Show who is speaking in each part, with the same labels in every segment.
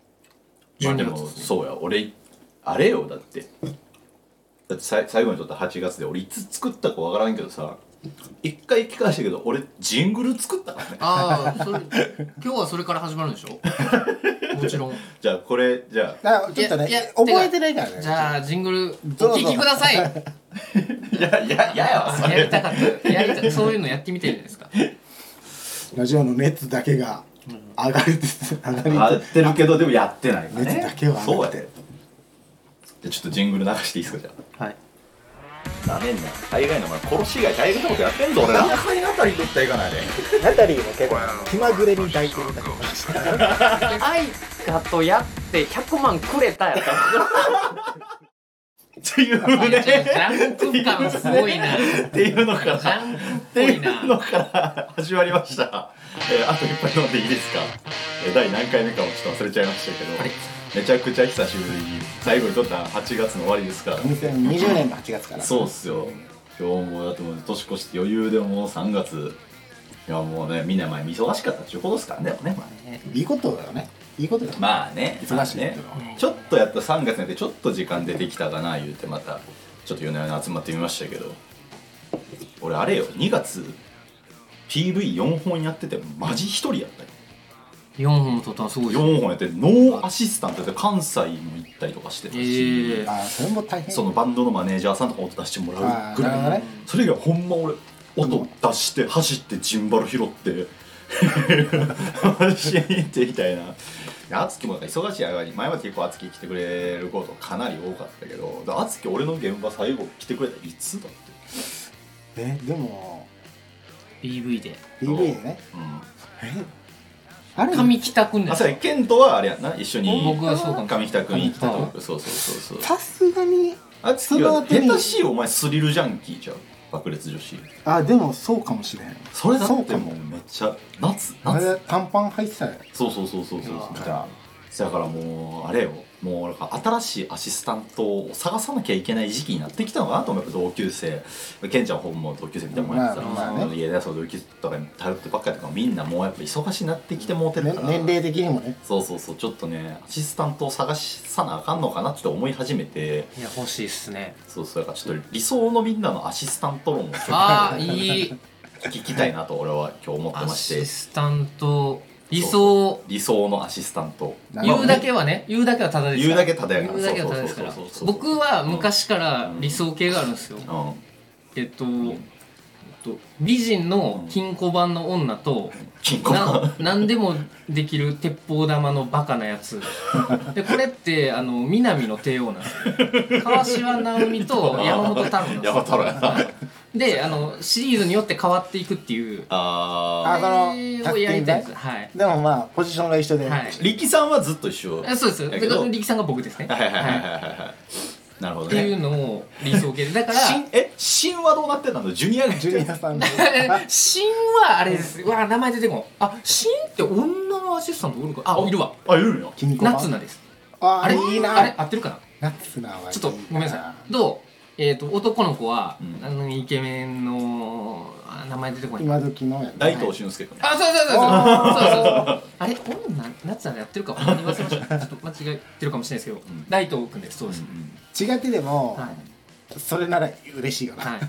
Speaker 1: まあでも
Speaker 2: 12月ですね
Speaker 1: そうや俺あれよだってだってさい最後に撮った8月で俺いつ作ったかわからんけどさ一回聞かしたけど俺ジングル作ったからね
Speaker 2: ああそれ今日はそれから始まるんでし ょもちろん
Speaker 1: じゃあこれじゃあ
Speaker 3: だからちょっと
Speaker 2: いやい
Speaker 3: ね
Speaker 2: や
Speaker 3: 覚えてないからね
Speaker 2: じゃあジングル
Speaker 3: どうぞ
Speaker 2: お聴きくださ い
Speaker 1: いや いやいややわそ
Speaker 2: や
Speaker 1: れ
Speaker 2: りたかったやりたそういうのやってみてるじゃないですか
Speaker 3: ラジオの熱だけが上がるつ上がり
Speaker 4: 合ってるけどでもやってないから
Speaker 3: 熱だ
Speaker 4: ね
Speaker 3: けは上
Speaker 1: そう
Speaker 3: が
Speaker 1: や
Speaker 3: っ
Speaker 1: で
Speaker 3: て
Speaker 1: じゃあちょっとジングル流していいですかじゃ
Speaker 2: はい
Speaker 1: あなめんな海外のお前殺し以外大変なことや ってんぞ俺ら
Speaker 4: 中にあたりとったらいかないで
Speaker 5: ナタリーも結構気まぐれに抱いてるだけ
Speaker 6: アイカとやって100万くれたやった
Speaker 1: っていう
Speaker 2: ジ
Speaker 1: ね
Speaker 2: ャンク感すごいなジ
Speaker 1: っていうのから
Speaker 2: ャンクっ
Speaker 1: っ
Speaker 2: ぽ
Speaker 1: てい
Speaker 2: いう
Speaker 1: の
Speaker 2: な
Speaker 1: から始まりました、えーあといっぱい飲んでいいですか、えー第何回目かをちょっと忘れちゃいましたけど、
Speaker 2: はい
Speaker 1: めちゃくちゃ久しぶりに最後に撮った8月の終わりですから、
Speaker 3: 2020年の8月から
Speaker 1: そうっすよ今日もだと思う年越して余裕でもう3月いやもうねみんな前忙しかったっちゅうことですからねでもねまあね
Speaker 3: いいことだよねいいことだよね
Speaker 1: まあね
Speaker 3: 忙しいっていうのは
Speaker 1: まあねちょっとやった3月になってちょっと時間出てきたかな言うてまたちょっと夜な夜な集まってみましたけど俺あれよ2月 PV4 本やっててマジ1人やったよ
Speaker 2: 4本撮ったのすごい
Speaker 1: 4本やってノーアシスタントで関西も行ったりとかしてた
Speaker 2: え
Speaker 1: し、
Speaker 2: ー、
Speaker 3: あそれも大変
Speaker 1: そのバンドのマネージャーさんとか音出してもら
Speaker 3: あ
Speaker 1: う
Speaker 3: ー
Speaker 1: ぐ
Speaker 3: なる
Speaker 1: らい
Speaker 3: ほどね
Speaker 1: それ以外ほんま俺音出して走ってジンバル拾って試合に行 ってみたいな敦貴もなんか忙しい間に前まで結構敦貴来てくれることかなり多かったけどだ敦貴俺の現場最後来てくれたいつだって
Speaker 3: えでも
Speaker 2: PV で
Speaker 3: PV でね
Speaker 1: うん
Speaker 3: えあれ
Speaker 2: 髪着たくんね
Speaker 1: あそうやケントはあれやんな一緒に
Speaker 2: 僕はそうかも
Speaker 1: 上北君行ったとそうそうそうそう
Speaker 3: さすがに
Speaker 1: 敦貴
Speaker 3: その
Speaker 1: は
Speaker 3: 後に
Speaker 1: 下手しいお前スリルジャンキーじゃん爆裂女子
Speaker 3: あでもそうかもしれん
Speaker 1: それだ
Speaker 3: そ
Speaker 1: っ
Speaker 3: う
Speaker 1: て
Speaker 3: か
Speaker 1: も
Speaker 3: も
Speaker 1: うめっちゃ夏
Speaker 3: あ
Speaker 1: 夏
Speaker 3: れ短パン入ってたよ
Speaker 1: そうそうそうそうそうそう
Speaker 3: いやー
Speaker 1: じゃあだからもうあれよもうなんか新しいアシスタントを探さなきゃいけない時期になってきたのかなと思うやっぱ同級生ケンちゃん本も同級生みたいなもんやってたら、
Speaker 3: まあまあね
Speaker 1: その家でそう同級生とかに頼ってばっかりとかみんなもうやっぱ忙しになってきてもうてる
Speaker 3: ね
Speaker 1: から、
Speaker 3: 年齢的にもね
Speaker 1: そうそうそうちょっとねアシスタントを探さなあかんのかなって思い始めて
Speaker 2: いや欲しいっすね
Speaker 1: そうそうだからちょっと理想のみんなのアシスタント論をちょっ
Speaker 2: ああい い
Speaker 1: と聞きたいなと俺は今日思って
Speaker 2: ア
Speaker 1: まし
Speaker 2: シ
Speaker 1: て
Speaker 2: スタント理想
Speaker 1: 理想のアシスタント
Speaker 3: なる
Speaker 2: 言
Speaker 3: ほど
Speaker 2: う
Speaker 3: ね
Speaker 2: だけはね言うだけはただです
Speaker 1: 言うだけただやから
Speaker 2: 言うだけはただですから
Speaker 1: そうそうそうそう
Speaker 2: 僕は昔から理想形があるんですよ
Speaker 1: うん
Speaker 2: えっとえっと美人の金庫番の女と
Speaker 1: 金庫
Speaker 2: な何でもできる鉄砲玉のバカなやつでこれってあの南の帝王なんですよ川島直美 と山本太郎なんですよ
Speaker 1: 山本太郎やな
Speaker 2: はいであのシリーズによって変わっていくっていう
Speaker 1: あ
Speaker 3: あその
Speaker 2: あれをやりたいですはい
Speaker 3: でもまあポジションが一緒で、
Speaker 2: はい
Speaker 1: ー力さんはずっと一緒
Speaker 2: えそうです
Speaker 1: だ
Speaker 2: だ
Speaker 1: け
Speaker 2: か
Speaker 1: ど
Speaker 2: ら力さんが僕ですね
Speaker 1: はいはいはいはい
Speaker 2: は
Speaker 1: はいなるほ
Speaker 2: いっ
Speaker 1: ど
Speaker 2: ていう
Speaker 1: ね
Speaker 2: のを理想系でだか ら
Speaker 1: 新え新はどうなってたのジュニアが
Speaker 3: ジュニ アさんの
Speaker 2: 新はあれですうわ名前出てこんあ新って女のアシスタントおるかあいるわ
Speaker 1: あいるんや
Speaker 3: 金庫番
Speaker 2: 夏菜です
Speaker 3: あ
Speaker 2: あれ
Speaker 3: いいな
Speaker 2: あれ合ってるかな
Speaker 3: 夏菜はいい
Speaker 2: ちょっとごめんなさいどうえっと男の子は
Speaker 1: うん
Speaker 2: あのイケメンのあ名前出てこない
Speaker 3: 今時のや
Speaker 1: 大東俊介君
Speaker 2: あそうそうそうそうそうそうあれ女夏菜やってるかほんまに忘れましたちょっと間違えてるかもしれないですけど
Speaker 1: ん
Speaker 2: 大東君ですそうです
Speaker 3: 違ってでも、
Speaker 2: はい
Speaker 3: それなら嬉しいよな、
Speaker 2: はい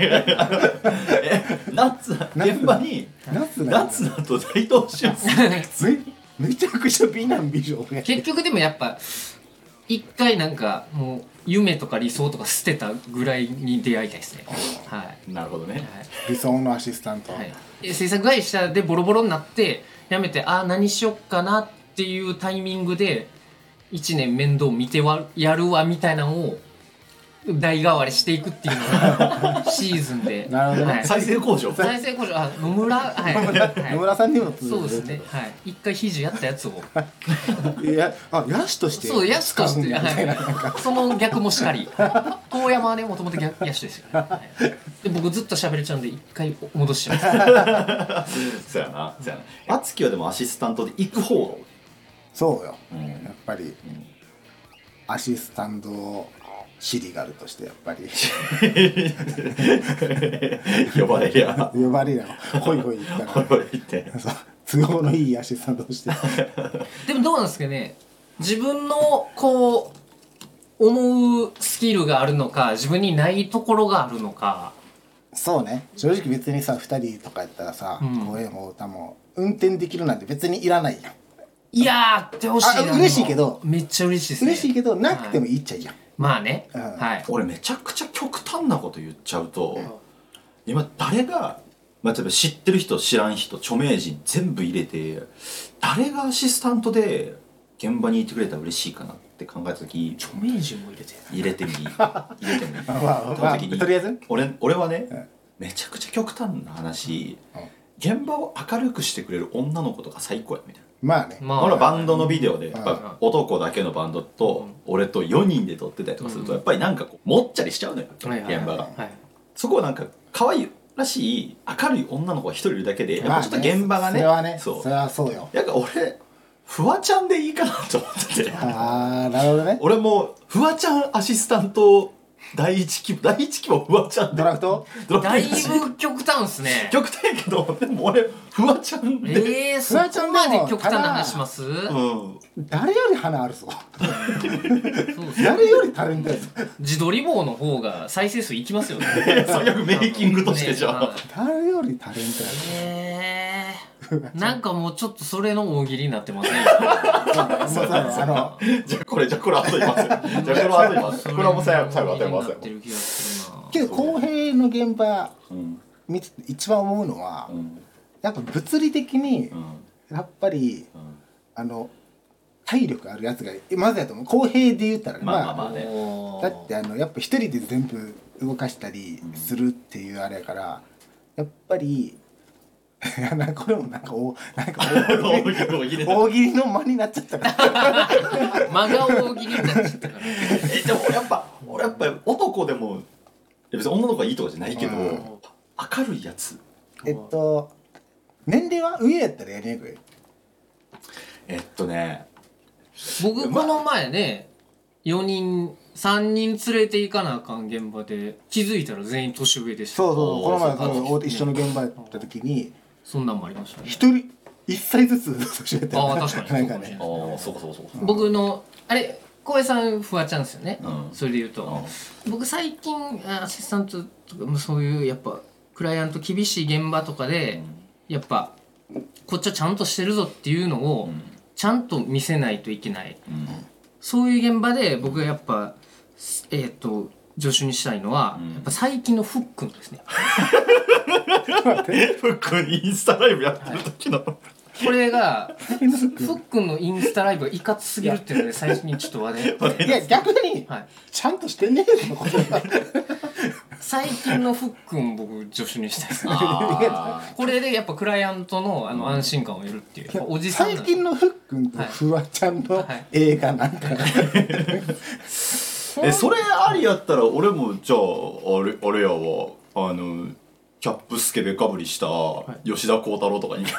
Speaker 1: え夏現場に
Speaker 3: 夏菜
Speaker 1: 夏だと大東俊介
Speaker 3: めめちゃくちゃ美男美女 が
Speaker 2: 結局でもやっぱ一回なんかもう夢とか理想とか捨てたぐらいに出会いたいですねはい
Speaker 1: なるほどね
Speaker 3: 理想のアシスタント、
Speaker 2: はい、はい、制作会社でボロボロになってやめてああ何しよっかなっていうタイミングで1年面倒見てはやるわみたいなのを代替わりしていくっていうのがシーズンで
Speaker 3: なるほどね
Speaker 2: はい、
Speaker 1: 再生工場
Speaker 2: 再生工場あ野村はい、
Speaker 3: 野
Speaker 2: は
Speaker 3: 村さんにも
Speaker 2: い、
Speaker 3: 通
Speaker 2: そうで
Speaker 3: じ
Speaker 2: す
Speaker 3: る
Speaker 2: ねはい一回肘やったやつを
Speaker 3: いやあ野手として
Speaker 2: そう、野手として、
Speaker 3: 使うんだみたいな
Speaker 2: はい、その逆もしかり。遠山はね、もともと逆野手ですよね。はいで、僕ずっと喋れちゃうんで、一回戻しちゃいます。
Speaker 1: そうやなそうやな敦貴はでもアシスタントで行く方
Speaker 3: そうよ
Speaker 1: がうん
Speaker 3: やっぱりアシスタントシリガルとしてやっぱり
Speaker 1: 呼ばれりゃ
Speaker 3: 呼ばれるよホイホイ言っ た
Speaker 1: 呼
Speaker 3: ら
Speaker 1: ばれって
Speaker 3: そう都合のいいアシスタントとして
Speaker 2: でも、どうなんですかね。自分のこう思うスキルがあるのか自分にないところがあるのか
Speaker 3: そうね正直別にさ2人とかやったらさ、
Speaker 2: うん
Speaker 3: 声も歌も運転できるなんて別にいらないやん
Speaker 2: いやーってほしいな
Speaker 3: あ
Speaker 2: でも
Speaker 3: 嬉しいけど
Speaker 2: めっちゃ嬉しいですね
Speaker 3: 嬉しいけどなくてもいいっちゃいいやん、
Speaker 2: まあね、
Speaker 3: うん
Speaker 2: はい
Speaker 1: 俺めちゃくちゃ極端なこと言っちゃうと、今誰が、まあ、例えば知ってる人知らん人著名人全部入れて誰がアシスタントで現場にいてくれたら嬉しいかなって考えた時
Speaker 2: 著名人も入れて
Speaker 1: 入れ てみ入れてみ
Speaker 3: まあまあ、
Speaker 1: 時に
Speaker 3: とりあえず
Speaker 1: 俺俺はね、
Speaker 3: ん
Speaker 1: めちゃくちゃ極端な話、現場を明るくしてくれる女の子とか最高やみたいな。
Speaker 3: まあね、
Speaker 2: ま
Speaker 1: ほら
Speaker 2: あ
Speaker 1: バンドのビデオでやっ
Speaker 3: うん
Speaker 1: ぱ男だけのバンドと俺と4人で撮ってたりとかすると
Speaker 2: うん
Speaker 1: やっぱりなんかこうもっちゃりしちゃうのよ現
Speaker 2: はいはいはい
Speaker 1: 場が
Speaker 2: はい
Speaker 1: そこはなんか可愛らしい明るい女の子が一人いるだけでやっ
Speaker 3: まあ
Speaker 1: ぱ
Speaker 3: ね
Speaker 1: ちょっと現場がね,、
Speaker 3: それはね
Speaker 1: そ
Speaker 3: そうれはそうよ
Speaker 1: なんか俺フワちゃんでいいかなと思ってて
Speaker 3: ああなるほどね
Speaker 1: 俺もうフワちゃんアシスタント第一希望第一希望フワちゃんで
Speaker 3: ドラフト
Speaker 1: ドラフト
Speaker 2: だい
Speaker 1: 一
Speaker 2: ぶ極端っすね
Speaker 1: 極端やけどでも俺フワちゃんで、
Speaker 2: えー、そこまで極端な話します
Speaker 1: うん
Speaker 3: 誰より花ある ぞ
Speaker 2: そうですね
Speaker 3: 誰よりタレントやぞ
Speaker 2: 自撮り棒の方が再生数いきま すよね
Speaker 1: 最悪メイキングとしてじゃん
Speaker 2: ねはい
Speaker 3: 誰よりタレントや ぞ
Speaker 2: えー、なんかもうちょっとそれの大喜利になってません
Speaker 3: まあそうだねあの
Speaker 1: じゃあこれじゃあこれ後でますじゃあこれ後でますこれはもう最後最後後でますよ
Speaker 2: なってる気がするな
Speaker 3: けど公平の現場
Speaker 1: うん
Speaker 3: 見てて一番思うのは、
Speaker 1: うん
Speaker 3: やっぱ物理的に
Speaker 1: うん
Speaker 3: やっぱり
Speaker 1: うん
Speaker 3: あの体力あるやつがまずやと思う公平で言ったらね
Speaker 1: まあまあまあね
Speaker 2: おー
Speaker 3: だってあのやっぱ一人で全部動かしたりするっていうあれやから、やっぱりいやなんかこれもなんかおなんか大喜利大喜利の間になっちゃったから
Speaker 2: 真顔大喜利になっちゃっ たから
Speaker 1: えでも俺やっぱ俺やっぱ男でもいや別に女の子がいいとかじゃないけど
Speaker 3: うん
Speaker 1: 明るいやつ
Speaker 3: えっと年齢は上やったらやりにくい
Speaker 1: えっとね
Speaker 2: 僕この前ね4人3人連れて行かなあかん現場で気づいたら全員年上でした
Speaker 3: そうそうそうこの前
Speaker 2: そう
Speaker 3: その一緒の現場やった時に
Speaker 2: そんなんもありましたね
Speaker 3: 一人一歳ずつ年上やったよ
Speaker 2: あー確かに
Speaker 3: なんか
Speaker 2: そうかもしれ
Speaker 3: ね
Speaker 1: ああそうかそうかそうか
Speaker 2: 僕のあれ浩平さんフワちゃんですよね、
Speaker 1: うん
Speaker 2: それで言うと、僕最近アシスタントとかもそういうやっぱクライアント厳しい現場とかで、やっぱこっちはちゃんとしてるぞっていうのをちゃんと見せないといけない、
Speaker 1: ん
Speaker 2: そういう現場で僕がやっぱえーっ、と助手にしたいのは、やっぱ最近のフックンですね
Speaker 1: ふっくんインスタライブやってる時の
Speaker 2: これがフックンのインスタライブがいかつすぎるっていうので最初にちょっと話題に なって
Speaker 3: いや逆に
Speaker 2: はい
Speaker 3: ちゃんとしてねえぞこれ
Speaker 2: 最近のフックン僕助手にしたいですね
Speaker 1: あ
Speaker 2: これでやっぱクライアントのあの安心感を得るっていう、やっぱおじさんなん
Speaker 3: 最
Speaker 2: で
Speaker 3: 近のふっくんとフワちゃんの
Speaker 2: はい
Speaker 3: 映画なんか、
Speaker 1: ーえそれありやったら俺もじゃああれあれやわあのキャップスケベかぶりした吉田鋼太郎とかに
Speaker 2: いや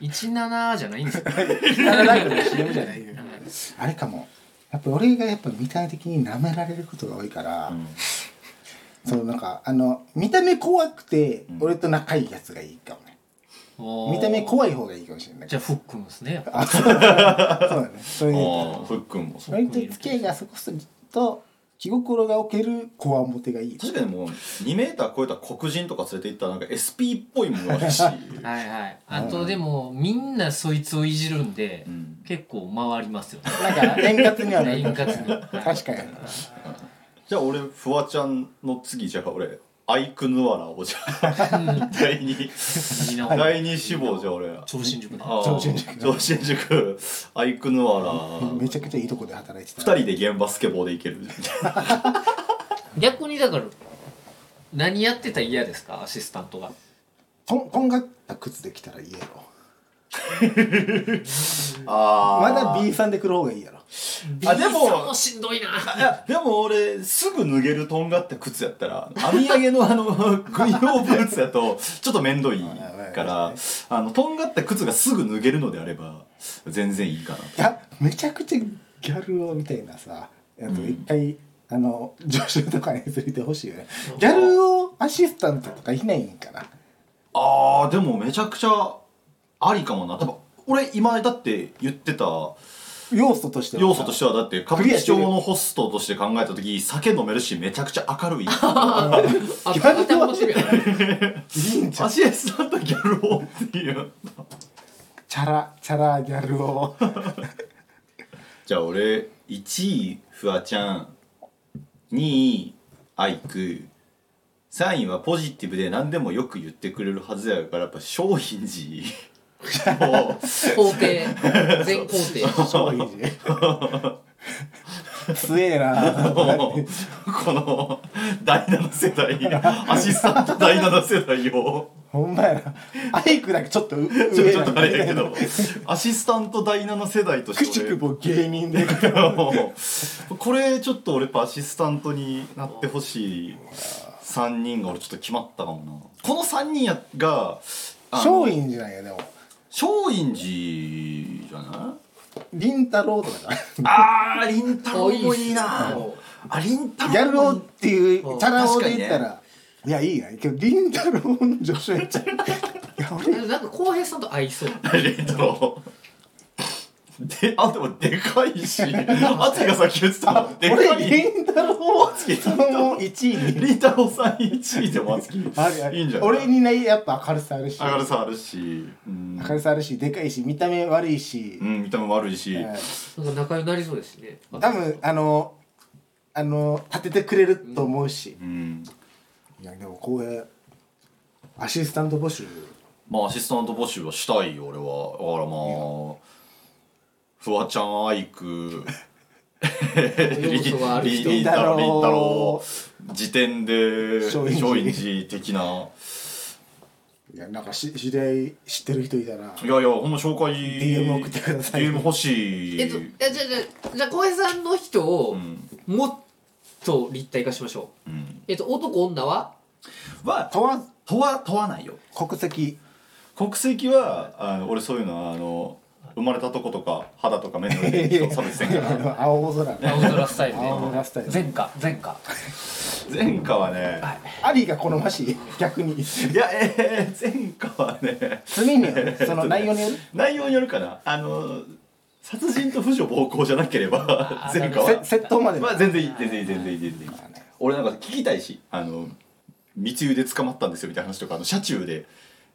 Speaker 2: 17じゃないんですよ
Speaker 3: ライブの CM じゃないよあれかもやっぱ俺がやっぱ見た目的に舐められることが多いから、そのなんかあの見た目怖くて俺と仲いいやつがいいかもね、見た目
Speaker 2: い
Speaker 3: 怖い方がいいかもしれない
Speaker 2: じゃあフックンですねやっぱ
Speaker 3: あそうだねそういう
Speaker 1: ああふっくんもそう
Speaker 3: 割と付き合いがそこすると気心が置ける子はモテがいい
Speaker 1: 確かにもう2メーター超えた黒人とか連れて行ったらなんか SP っぽいものあ るし、う
Speaker 2: はいはいあとでもみんなそいつをいじるんで、
Speaker 1: ん、
Speaker 2: 結構回りますよね
Speaker 3: なんか円滑にはなる
Speaker 2: 円滑に
Speaker 3: 確かに
Speaker 1: じゃあ俺フワちゃんの次じゃあ俺アイクヌアラをじゃあ第二
Speaker 2: みんな
Speaker 1: 第二志望じゃあ俺
Speaker 2: 超新塾で
Speaker 1: あー
Speaker 3: 超新塾
Speaker 1: 超新塾アイクヌアラ
Speaker 3: めちゃくちゃいいとこで働いてた
Speaker 1: 二人で現場スケボーで行ける
Speaker 2: 逆にだから何やってたら嫌ですかアシスタントが
Speaker 3: とんとんがった靴で来たら言えろ
Speaker 1: あ
Speaker 3: まだ B さんで来る方がいいやろ
Speaker 1: あでも
Speaker 2: B さんもしんどいない
Speaker 1: やでも俺すぐ脱げるとんがった靴やったら編み上げのあ の軍用ブーツやとちょっと面倒いからあのとんがった靴がすぐ脱げるのであれば全然いいかない
Speaker 3: やめちゃくちゃギャルをみたいなさやつ一回、あの助手とかに連れてほしいよねギャルをアシスタントとかいないんかな
Speaker 1: あーでもめちゃくちゃありかもな多分俺今だって言ってた
Speaker 3: 要素としては
Speaker 1: 要素としてはだって歌
Speaker 3: ク
Speaker 1: 舞
Speaker 3: リア
Speaker 1: 伎
Speaker 3: してる
Speaker 1: 町のホストとして考えた時酒飲めるしめちゃくちゃ明 るい
Speaker 2: あ、たた面白い。
Speaker 3: いいんちゃう
Speaker 1: アシエスさんとギャルをっていう
Speaker 3: チャラチャラギャルを
Speaker 1: じゃあ俺1位フワちゃん2位アイク3位はポジティブで何でもよく言ってくれるはずやからやっぱ商品寺を
Speaker 2: 皇帝。全皇帝。
Speaker 3: 超いいじ 強えな
Speaker 1: この第7世代アシスタント第7世代を
Speaker 3: ほんまやなアイクだけちょっとう
Speaker 1: ちょ
Speaker 3: 上
Speaker 1: ちょ
Speaker 3: な
Speaker 1: っと
Speaker 3: んだ
Speaker 1: あれやけ どアシスタント第7世代と
Speaker 3: く
Speaker 1: して
Speaker 3: し
Speaker 1: 俺
Speaker 3: くも芸人で
Speaker 1: もう これちょっと俺やっぱアシスタントになってほしい3人が俺ちょっと決まったかもなこの3人やがあの
Speaker 3: 松陰寺なんやでも
Speaker 1: 松陰寺じゃ ない
Speaker 3: 凛太郎とかだ
Speaker 1: あー凛太郎もいい
Speaker 2: あいいっ
Speaker 1: な
Speaker 2: すね
Speaker 1: あ凛太郎
Speaker 3: ギャル
Speaker 1: も
Speaker 3: 王
Speaker 1: いい
Speaker 3: っていう
Speaker 2: うん
Speaker 3: チャラ男で言ったら、いやいいやけど凛太郎の助手やっちゃういや俺
Speaker 2: なんか浩平さんと合いそう。
Speaker 1: 凛太郎であでもでかい しあつきがさっき言ってたのでか
Speaker 3: 俺
Speaker 1: い
Speaker 3: 凛太郎
Speaker 1: つ き
Speaker 3: その1位に
Speaker 1: 凛太郎さん1位でもあつき
Speaker 3: あるある
Speaker 1: いいんじゃない
Speaker 3: 俺にねやっぱ明るさあるし
Speaker 1: 明るさあるし、うん、
Speaker 3: 明るさあるしでかいし見た目悪いし、
Speaker 1: うん、見た目悪いし、
Speaker 3: え
Speaker 2: なんか仲良くなりそうですね。
Speaker 3: ー多分あのあの立ててくれると思うし、
Speaker 1: うん、
Speaker 3: いやでもこういうアシスタント募集
Speaker 1: まあアシスタント募集はしたいよ俺はだからまあフワちゃんアイ ク
Speaker 2: 要素がある
Speaker 1: り
Speaker 2: 人
Speaker 1: りりんたろうりんたろ
Speaker 3: り
Speaker 1: う時点で松
Speaker 3: 松
Speaker 1: 陰
Speaker 3: 陰寺
Speaker 1: 寺的ない
Speaker 3: やなんかし知り合い知ってる人いたら
Speaker 1: いやいやほんま紹介
Speaker 3: DM 送ってください
Speaker 1: DM 欲しい
Speaker 2: えっと、じゃあじゃあじゃあ浩平さんの人
Speaker 1: う
Speaker 2: を
Speaker 1: ん
Speaker 2: もっと立体化しましょう。
Speaker 1: うん
Speaker 2: えっと、男女は
Speaker 1: は
Speaker 3: 問わず
Speaker 1: 問わ問わないよ
Speaker 3: 国籍
Speaker 1: 国籍はあの俺そういうのはあの生まれたとことか肌とか目の色で人を差別 せんから
Speaker 3: 青空
Speaker 2: 青空スタイルで。
Speaker 3: 青空スタイル
Speaker 2: 前科、前科。
Speaker 1: 前科はね
Speaker 3: ありが好ましい逆に
Speaker 1: いやえー、前科はね
Speaker 3: 罪 によるその内容による
Speaker 1: 内容によるかなあの殺人と婦女暴行じゃなければ
Speaker 2: あー
Speaker 1: 前科
Speaker 3: せ
Speaker 1: は
Speaker 3: 窃盗までの
Speaker 1: まあ全然いい全然いい全然いい全然いい
Speaker 3: あね
Speaker 1: 俺なんか聞きたいしあの密輸で捕まったんですよみたいな話とかあの車中で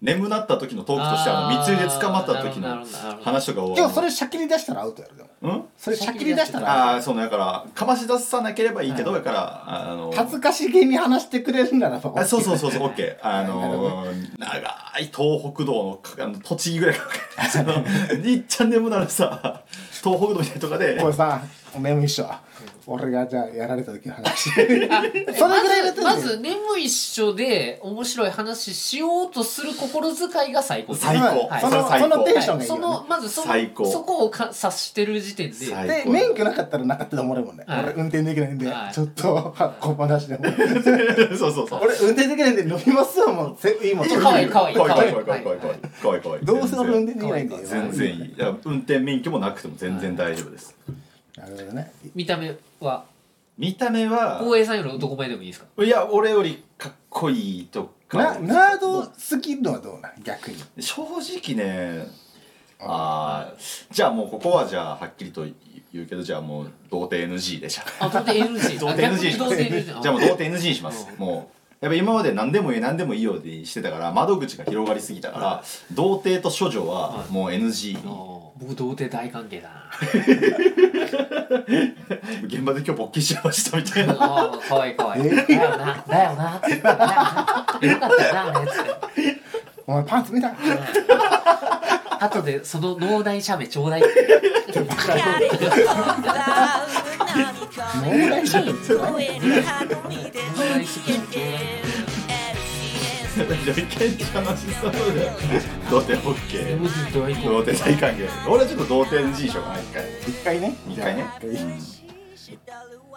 Speaker 1: 眠なった時のトークとしてあの密輸で捕まった時
Speaker 2: あーなる
Speaker 1: の
Speaker 2: ほどなるほど
Speaker 1: 話とかを
Speaker 3: でもそれシャキリ出したらアウトやろでも
Speaker 1: うん
Speaker 3: それシャキリ出したら
Speaker 1: ああそうねだからかまし出さなければいいけどだからあの
Speaker 3: 恥ずかしげに話してくれるならば
Speaker 1: あそうそうそうそう、オッ ケー。あのー、長い東北道のかあの栃木ぐらいかかその、にっちゃんでもならさ、東北道みたいなとかで
Speaker 3: こ、れさお前も一緒だ俺がじゃあやられた時の話そ れぐらいだった
Speaker 2: まず、まず眠一緒で面白い話しようとする心遣いが最高です。
Speaker 1: 最高
Speaker 2: はい
Speaker 3: そ
Speaker 1: それ
Speaker 3: の
Speaker 1: は最
Speaker 3: そ
Speaker 1: 高
Speaker 3: のテンションがいい
Speaker 2: そ
Speaker 3: よ、ね
Speaker 2: のまずその
Speaker 1: 最高
Speaker 2: そこをか察してる時点で
Speaker 1: 最
Speaker 3: で
Speaker 1: 高
Speaker 3: 免許なかったらなかったと思うもんね、
Speaker 2: はい
Speaker 3: 俺運転できないんで、
Speaker 2: はい
Speaker 3: ちょっと小話でも
Speaker 1: そうそうそう。
Speaker 3: 俺運転できないんで飲みますわもうせいいもん
Speaker 2: え可愛い可愛い
Speaker 1: 可愛い
Speaker 2: 可
Speaker 1: 可
Speaker 2: 愛
Speaker 1: 愛
Speaker 2: い
Speaker 1: い可愛い可愛い可愛い可愛い。
Speaker 3: どうせ俺運
Speaker 1: 全然
Speaker 3: 転できないんで
Speaker 1: 全然いい。だから運転免許もなくても全然大丈夫です。
Speaker 3: なるほどね
Speaker 2: 見た目は
Speaker 1: 見た目は、
Speaker 2: 光栄さんより男前でもいいですか
Speaker 1: いや、俺よりかっこいいとか
Speaker 3: な、ナードすぎるのはどうなん逆に
Speaker 1: 正直ねあーじゃあもうここはじゃあはっきりと言うけどじゃあもう童貞 NG でじゃあ
Speaker 2: あ童貞 NG
Speaker 1: 童貞 NG にし
Speaker 2: あ
Speaker 1: ます
Speaker 2: 逆に童
Speaker 1: じ
Speaker 2: 貞 NG
Speaker 1: ゃあもう童貞 NG にしますもうやっぱ今まで何でもいい何でもいいようにしてたから窓口が広がりすぎたから童貞と処女はもう NG
Speaker 2: あー僕童貞大歓迎だな
Speaker 1: 現場で今日勃起しちゃいましたみたいな
Speaker 2: あー可愛い可愛いだよなだよなだよなよかったよなあのやつ
Speaker 3: お前パンツ 見た
Speaker 2: 後でその脳内写メちょうだい
Speaker 3: 脳内社員
Speaker 1: じゃあ一見楽しそうだよ童貞 OK
Speaker 2: 無事大
Speaker 1: 童貞大歓迎俺はちょっと童貞 NG にしようかな一回
Speaker 3: 一回ね
Speaker 1: 一回ね
Speaker 3: じゃあ一回